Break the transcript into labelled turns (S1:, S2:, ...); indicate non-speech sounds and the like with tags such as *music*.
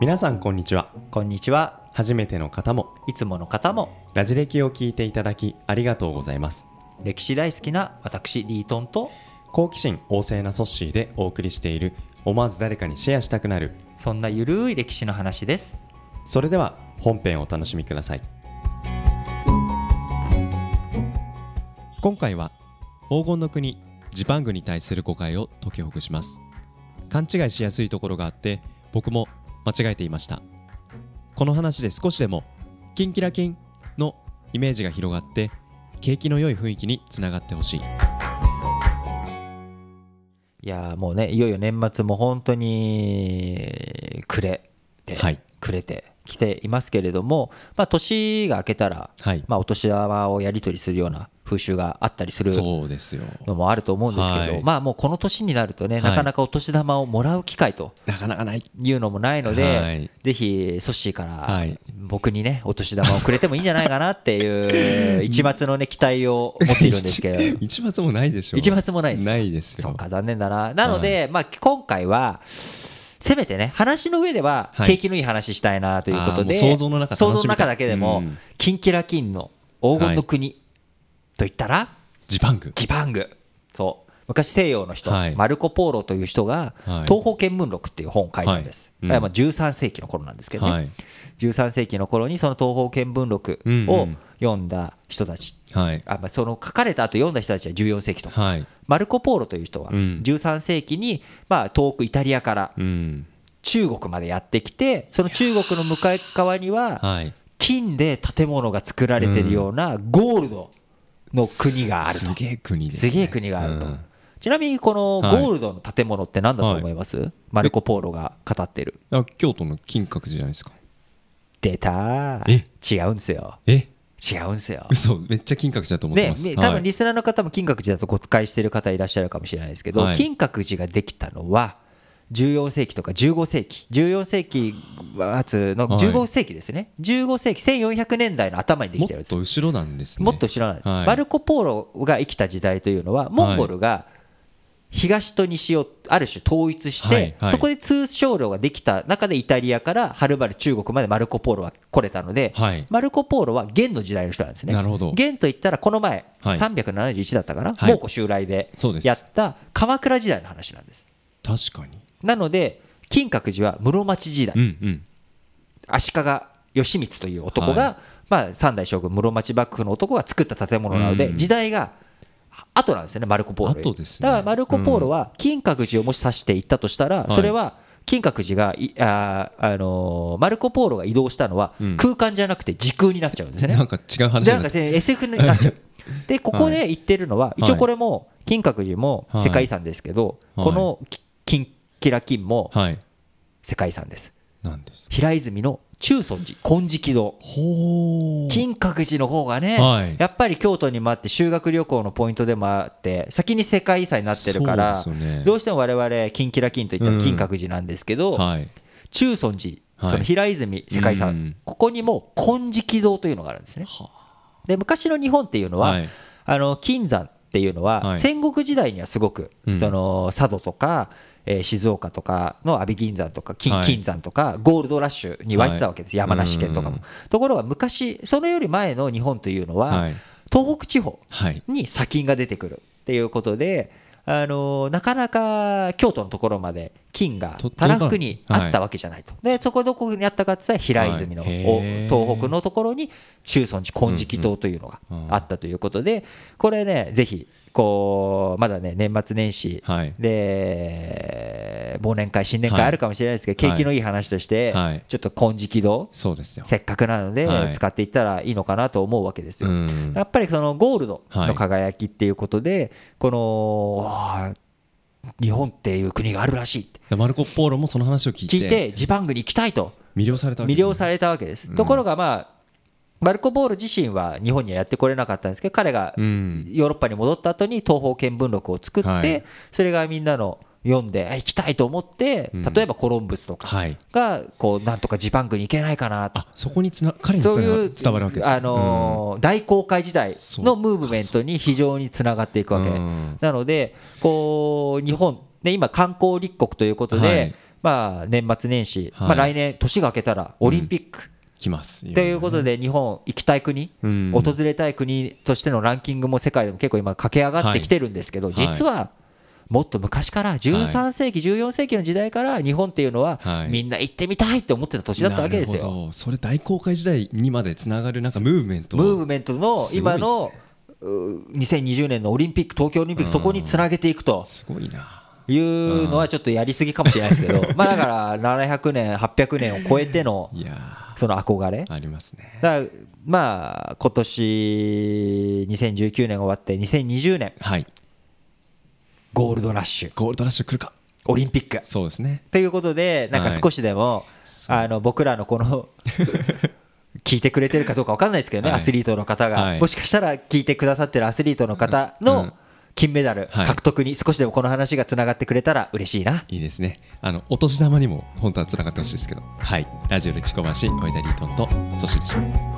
S1: 皆さんこんにちは
S2: こんにちは。
S1: 初めての方も
S2: いつもの方も
S1: ラジ歴を聞いていただきありがとうございます
S2: 歴史大好きな私リートンと
S1: 好奇心旺盛なソッシーでお送りしている思わず誰かにシェアしたくなる
S2: そんなゆるい歴史の話です。
S1: それでは本編をお楽しみください今回は黄金の国ジパングに対する誤解を解きほぐします勘違いしやすいところがあって僕も間違えていましたこの話で少しでもキンキラキンのイメージが広がって景気の良い雰囲気につながってほしい
S2: いやーもうねいよいよ年末も本当に暮れて、
S1: はい
S2: 暮れてきていますけれども、まあ、年が明けたら、
S1: はい、
S2: まあ、お年玉をやり取りするような風習があったりする
S1: そうですよ
S2: のもあると思うんですけど、
S1: はい
S2: まあもうこの年になるとね、
S1: はい
S2: なかなかお年玉をもらう機会と
S1: なかなかない
S2: いうのもないので、
S1: はい
S2: ぜひソッシーから、
S1: はい
S2: 僕にねお年玉をくれてもいいんじゃないかなってい
S1: *laughs*
S2: う一末のね期待を持っているんですけど
S1: 一末もないでしょ
S2: 一末もないです
S1: ないですよ
S2: そうか残念だななので、まあ今回はせめてね話の上では
S1: はい
S2: 景気のいい話したいなということで、
S1: あーもう想像の中楽しみたい
S2: 想像の中だけでも、
S1: うん
S2: キンキラキンの黄金の国、といったら
S1: ジパング
S2: ジパングそう昔西洋の人、
S1: はい
S2: マルコ・ポーロという人が「
S1: はい
S2: 東方見聞録」っていう本を書いたんです、
S1: はいうん
S2: まあ13世紀の頃なんですけどね、
S1: はい
S2: 13世紀の頃にその東方見聞録
S1: うんう
S2: を
S1: ん
S2: 読んだ人たち、
S1: はい
S2: あまあその書かれた後読んだ人たちは14世紀と、
S1: はい
S2: マルコ・ポーロという人は
S1: うん
S2: 13世紀に、まあ、遠くイタリアから
S1: うん
S2: 中国までやってきてその中国の向かい側には
S1: はい
S2: 金で建物が作られてるようなゴールドの国があると、
S1: すげえ国です
S2: す
S1: ね
S2: げえ国があると、
S1: うん
S2: ちなみにこのゴールドの建物って何だと思います、マルコ・ポーロが語ってる
S1: あ京都の金閣寺じゃないですか
S2: 出た
S1: え
S2: 違うんですよ
S1: え
S2: 違うんですよ
S1: 嘘めっちゃ金閣寺だと思って
S2: で
S1: ます
S2: み多
S1: はい
S2: 分リスナーの方も金閣寺だと誤解してる方いらっしゃるかもしれないですけど、
S1: はい
S2: 金閣寺ができたのは14世紀とか15世紀14世紀末の
S1: はい
S2: 15世紀ですね、15世紀1400年代の頭にで
S1: も
S2: き
S1: って
S2: るやつ
S1: と後ろなんですね
S2: もっと知らないです、
S1: はい
S2: マルコ・ポーロが生きた時代というのはモンゴルが東と西をある種統一して、
S1: はいはい
S2: そこで通商路ができた中でイタリアからはるばる中国までマルコ・ポーロは来れたので、
S1: はい
S2: マルコ・ポーロは元の時代の人なんですね
S1: なるほど
S2: 元といったらこの前、
S1: はい
S2: 371だったかな、
S1: はい
S2: 蒙古襲来で
S1: そうです
S2: やった鎌倉時代の話なんです
S1: 確かに
S2: なので金閣寺は室町時代、
S1: うんうん
S2: 足利義満という男が、
S1: は
S2: まあ、三代将軍室町幕府の男が作った建物なので、
S1: うん
S2: 時代が後なんですよねマルコ・ポーロより
S1: 後ですね
S2: だからマルコ・ポーロは金閣寺をもし指していったとしたら、
S1: はい
S2: それは金閣寺がいあー、あのーマルコ・ポーロが移動したのは
S1: うん
S2: 空間じゃなくて時空になっちゃうんですね、
S1: なんか違う話
S2: なん
S1: だ
S2: か全然 SF になっち
S1: *laughs*
S2: ゃう。でここで言ってるのは、一応これも金閣寺も世界遺産ですけど、
S1: はい
S2: このき金キラ金も
S1: はい
S2: 世界遺産です。
S1: なんです
S2: 平泉の中尊寺金色堂
S1: ほー
S2: 金閣寺の方がね、
S1: はい
S2: やっぱり京都にもあって修学旅行のポイントでもあって先に世界遺産になってるから、
S1: そうですよね
S2: どうしても我々金キラ金といった
S1: う
S2: ら
S1: ん
S2: 金閣寺なんですけど、
S1: はい
S2: 中尊寺
S1: はい
S2: その平泉世界遺産、
S1: うん
S2: ここにも金色堂というのがあるんですね。
S1: は
S2: で昔の日本っていうのは、
S1: はい
S2: あの金山っていうの
S1: は
S2: はい戦国時代にはすごく
S1: うん
S2: その佐渡とかえー静岡とかの阿鼻銀山とか金
S1: はい
S2: 金山とかゴールドラッシュに湧いてたわけです
S1: い
S2: 山梨県とか
S1: う
S2: も
S1: ん
S2: ところが昔それより前の日本というの
S1: は
S2: はい東北地方
S1: はい
S2: に砂金が出てくるっていうことであのーなかなか京都のところまで金が
S1: と
S2: たらふくにあったわけじゃないとでそこどこにあったかって言ったら平泉の
S1: はい
S2: お
S1: へー
S2: 東北のところに中尊寺金色島というのが
S1: うんうんうん
S2: あったということでこれねぜひこうまだね年末年始
S1: はい
S2: で忘年会新年会
S1: はい
S2: あるかもしれないですけど景気のいい話として
S1: はい
S2: ちょっと金色堂
S1: そうですよ
S2: せっかくなので
S1: はい
S2: 使っていったらいいのかなと思うわけですよ。
S1: ん
S2: やっぱりそのゴールド
S1: は
S2: の
S1: い
S2: 輝きっていうことで、このあー日本っていう国があるらしいって
S1: マルコ・ポーロもその話を聞いて
S2: 聞いてジパングに行きたいと
S1: 魅了されたわけ
S2: 魅
S1: ですね
S2: 了されたわけです、
S1: うん
S2: ところがまあマルコ・ボール自身は日本にはやってこれなかったんですけど彼が
S1: うん
S2: ヨーロッパに戻った後に東方見聞録を作って、
S1: はい
S2: それがみんなの読んであ行きたいと思って
S1: うん
S2: 例えばコロンブスとか
S1: はい
S2: がこうなんとかジパングに行けないかなと
S1: あそこにつな彼につな
S2: そう
S1: が
S2: いう
S1: 伝わるわけですね
S2: あのー大航海時代のムーブメントに非常につながっていくわけ
S1: うん
S2: なのでこう日本で今観光立国ということで、
S1: はい
S2: まあ、年末年始、
S1: はい
S2: まあ、来年年が明けたらオリンピック
S1: 来ますよね
S2: ということで日本行きたい国
S1: うん
S2: 訪れたい国としてのランキングも世界でも結構今駆け上がってきてるんですけど
S1: い
S2: 実はもっと昔から13世紀14世紀の時代から日本っていうのは
S1: はい
S2: みんな行ってみたいと思ってた年だったわけです
S1: なる
S2: よ。
S1: ほどそれ大航海時代にまでつながるなんかムーブメント
S2: ムーブメントの今のう2020年のオリンピック東京オリンピックそこにつなげていくと
S1: すごいな
S2: いうのはちょっとやりすぎかもしれないですけど *laughs* まあだから700年800年を超えての
S1: いや
S2: その憧れ
S1: ーありますね
S2: だからまあ今年2019年が終わって2020年
S1: はい
S2: ゴールドラッシュ
S1: ゴールドラッシュ来るか
S2: オリンピック
S1: そうですね
S2: ということでなんか
S1: はい
S2: 少しでも、あの僕らの
S1: *laughs*
S2: この聞いてくれてるかどうか分かんないですけどね、
S1: はい
S2: アスリートの方が、
S1: はい
S2: もしかしたら聞いてくださってるアスリートの方
S1: うん
S2: の金メダル
S1: はい
S2: 獲得に少しでもこの話がつながってくれたら嬉しいな、
S1: いいですねあのお年玉にも本当はつながってほしいですけどはいラジオで自己話おいだりートンとそしてでした